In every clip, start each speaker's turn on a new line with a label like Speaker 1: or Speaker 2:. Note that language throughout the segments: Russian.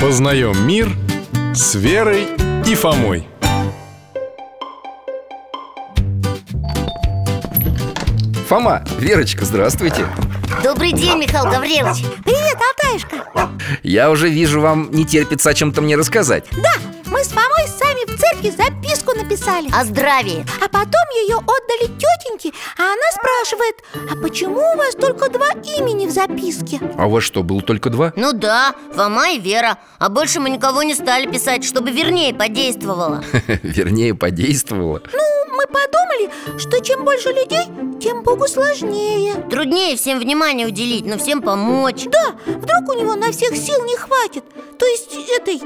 Speaker 1: Познаем мир с Верой и Фомой.
Speaker 2: Фома, Верочка, здравствуйте
Speaker 3: Добрый день, Михаил Гаврилович
Speaker 4: Привет, Алтаешка
Speaker 2: Я уже вижу, вам не терпится о чем-то мне рассказать
Speaker 4: Да, мы с Фомой сами в церкви записку написали
Speaker 3: О здравии
Speaker 4: А потом ее отдали тетеньке А она спрашивает, а почему у вас только два имени в записке?
Speaker 2: А у вас что, было только два?
Speaker 3: Ну да, Фома и Вера А больше мы никого не стали писать, чтобы вернее подействовало
Speaker 2: Вернее, подействовало
Speaker 4: Ну, мы подумали, что чем больше людей, тем Богу сложнее
Speaker 3: Труднее всем внимание уделить, но всем помочь
Speaker 4: Да, вдруг у него на всех сил не хватит То есть этой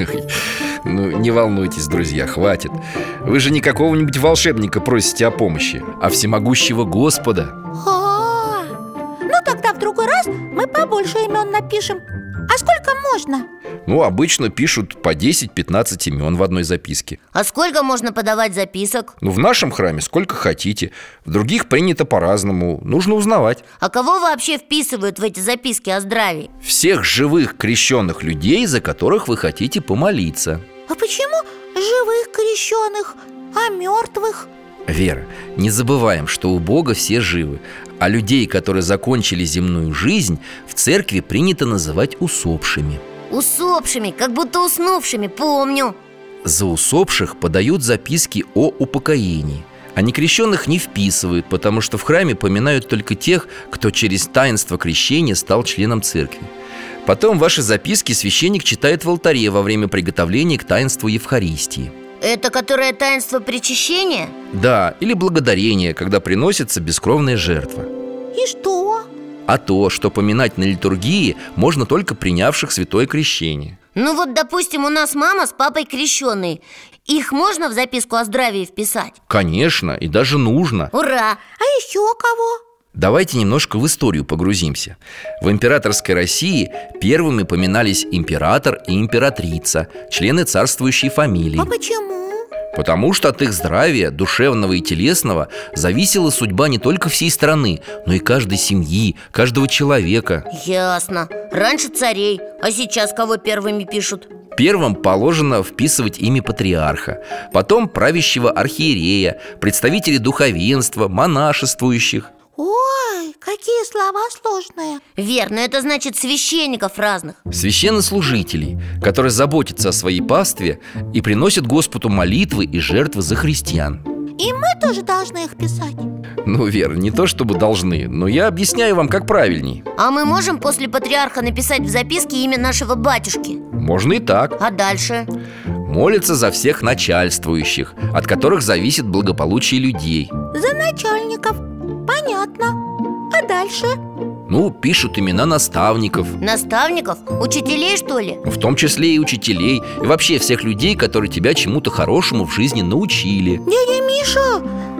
Speaker 4: благодати
Speaker 2: Ну, не волнуйтесь, друзья, хватит Вы же не какого-нибудь волшебника просите о помощи А всемогущего Господа
Speaker 4: А, Ну тогда в другой раз мы побольше имен напишем А сколько можно?
Speaker 2: Ну, обычно пишут по 10-15 имен в одной записке
Speaker 3: А сколько можно подавать записок?
Speaker 2: Ну, в нашем храме сколько хотите В других принято по-разному Нужно узнавать
Speaker 3: А кого вообще вписывают в эти записки о здравии?
Speaker 2: Всех живых крещенных людей, за которых вы хотите помолиться
Speaker 4: А почему живых крещенных, а мертвых?
Speaker 2: Вера, не забываем, что у Бога все живы, а людей, которые закончили земную жизнь, в церкви принято называть усопшими.
Speaker 3: Усопшими, как будто уснувшими, помню
Speaker 2: За усопших подают записки о упокоении. А некрещенных не вписывают, потому что в храме поминают только тех, кто через таинство крещения стал членом церкви. Потом ваши записки священник читает в алтаре во время приготовления к таинству Евхаристии.
Speaker 3: Это которое таинство причащения?
Speaker 2: Да, или благодарение, когда приносится бескровная жертва.
Speaker 4: И что?
Speaker 2: а то, что поминать на литургии можно только принявших святое крещение.
Speaker 3: Ну вот, допустим, у нас мама с папой крещенные Их можно в записку о здравии вписать?
Speaker 2: Конечно, и даже нужно.
Speaker 3: Ура!
Speaker 4: А еще кого?
Speaker 2: Давайте немножко в историю погрузимся. В императорской России первыми поминались император и императрица, члены царствующей фамилии,
Speaker 4: А почему?
Speaker 2: потому что от их здравия, душевного и телесного, зависела судьба не только всей страны, но и каждой семьи, каждого человека.
Speaker 3: Ясно. Раньше царей, а сейчас кого первыми пишут?
Speaker 2: Первым положено вписывать имя патриарха, потом правящего архиерея, представителей духовенства, монашествующих.
Speaker 4: Ой, какие слова сложные
Speaker 3: Верно, это значит священников разных.
Speaker 2: священнослужителей, которые заботятся о своей пастве и приносят Господу молитвы и жертвы за христиан.
Speaker 4: И мы тоже должны их писать
Speaker 2: Ну, Вера, не то чтобы должны, но я объясняю вам, как правильней.
Speaker 3: А мы можем после патриарха написать в записке имя нашего батюшки?
Speaker 2: Можно и так.
Speaker 3: А дальше?
Speaker 2: Молятся за всех начальствующих, от которых зависит благополучие людей.
Speaker 4: За начальников Понятно А дальше?
Speaker 2: Ну, пишут имена наставников,
Speaker 3: Наставников? Учителей, что ли?
Speaker 2: в том числе и учителей, и вообще всех людей, которые тебя чему-то хорошему в жизни научили.
Speaker 4: Дядя Миша,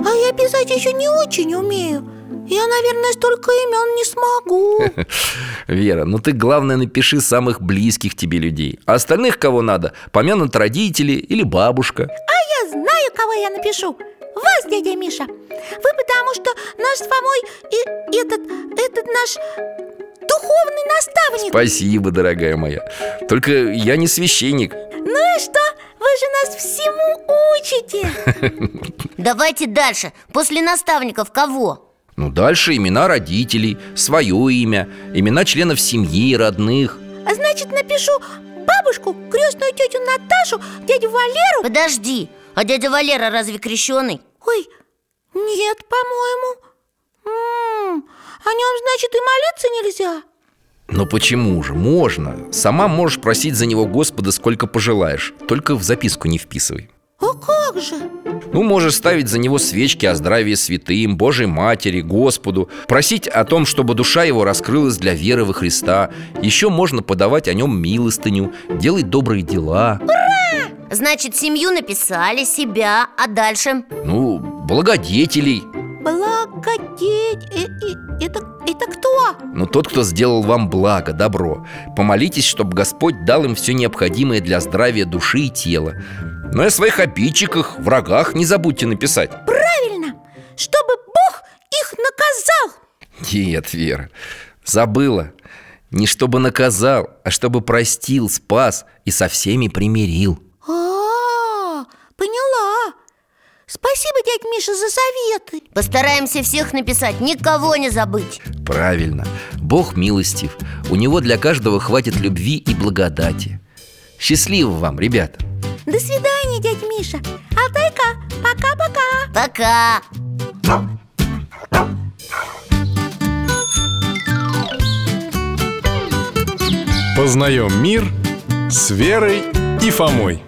Speaker 4: а я писать еще не очень умею Я, наверное, столько имен не смогу
Speaker 2: Вера, ну ты главное напиши самых близких тебе людей А остальных, кого надо, помянут родители или бабушка
Speaker 4: А я знаю, кого я напишу Вас, дядя Миша Вы потому что наш с Фомой и этот, этот наш духовный наставник
Speaker 2: Спасибо, дорогая моя Только я не священник
Speaker 4: Ну и что? Вы же нас всему учите
Speaker 3: Давайте дальше. После наставников кого?
Speaker 2: Ну дальше имена родителей, свое имя, имена членов семьи, родных
Speaker 4: А Значит, напишу бабушку, крестную тетю Наташу, дядю Валеру
Speaker 3: Подожди. А дядя Валера разве крещеный?
Speaker 4: Ой, нет, по-моему М, О нем, значит, и молиться нельзя
Speaker 2: Ну почему же, можно Сама можешь просить за него Господа сколько пожелаешь Только в записку не вписывай
Speaker 4: А как же?
Speaker 2: Ну, можешь ставить за него свечки о здравии святым, Божьей Матери, Господу Просить о том, чтобы душа его раскрылась для веры во Христа Еще можно подавать о нем милостыню, делать добрые дела
Speaker 3: Значит, семью написали, себя, а дальше?
Speaker 2: Ну, благодетелей
Speaker 4: Благодеть э, э, это, это кто?
Speaker 2: Ну, тот, кто сделал вам благо, добро Помолитесь, чтобы Господь дал им все необходимое для здравия души и тела Но и о своих обидчиках, врагах не забудьте написать
Speaker 4: Правильно, чтобы Бог их наказал
Speaker 2: Нет, Вера, забыла Не чтобы наказал, а чтобы простил, спас и со всеми примирил.
Speaker 4: А, поняла. Спасибо, дядь Миша, за советы.
Speaker 3: Постараемся всех написать, никого не забыть
Speaker 2: Правильно, Бог милостив. У него для каждого хватит любви и благодати. Счастливо вам, ребята!
Speaker 4: До свидания, дядь Миша. Алтайка, пока-пока.
Speaker 3: Пока!
Speaker 1: Познаем мир с Верой и Фомой.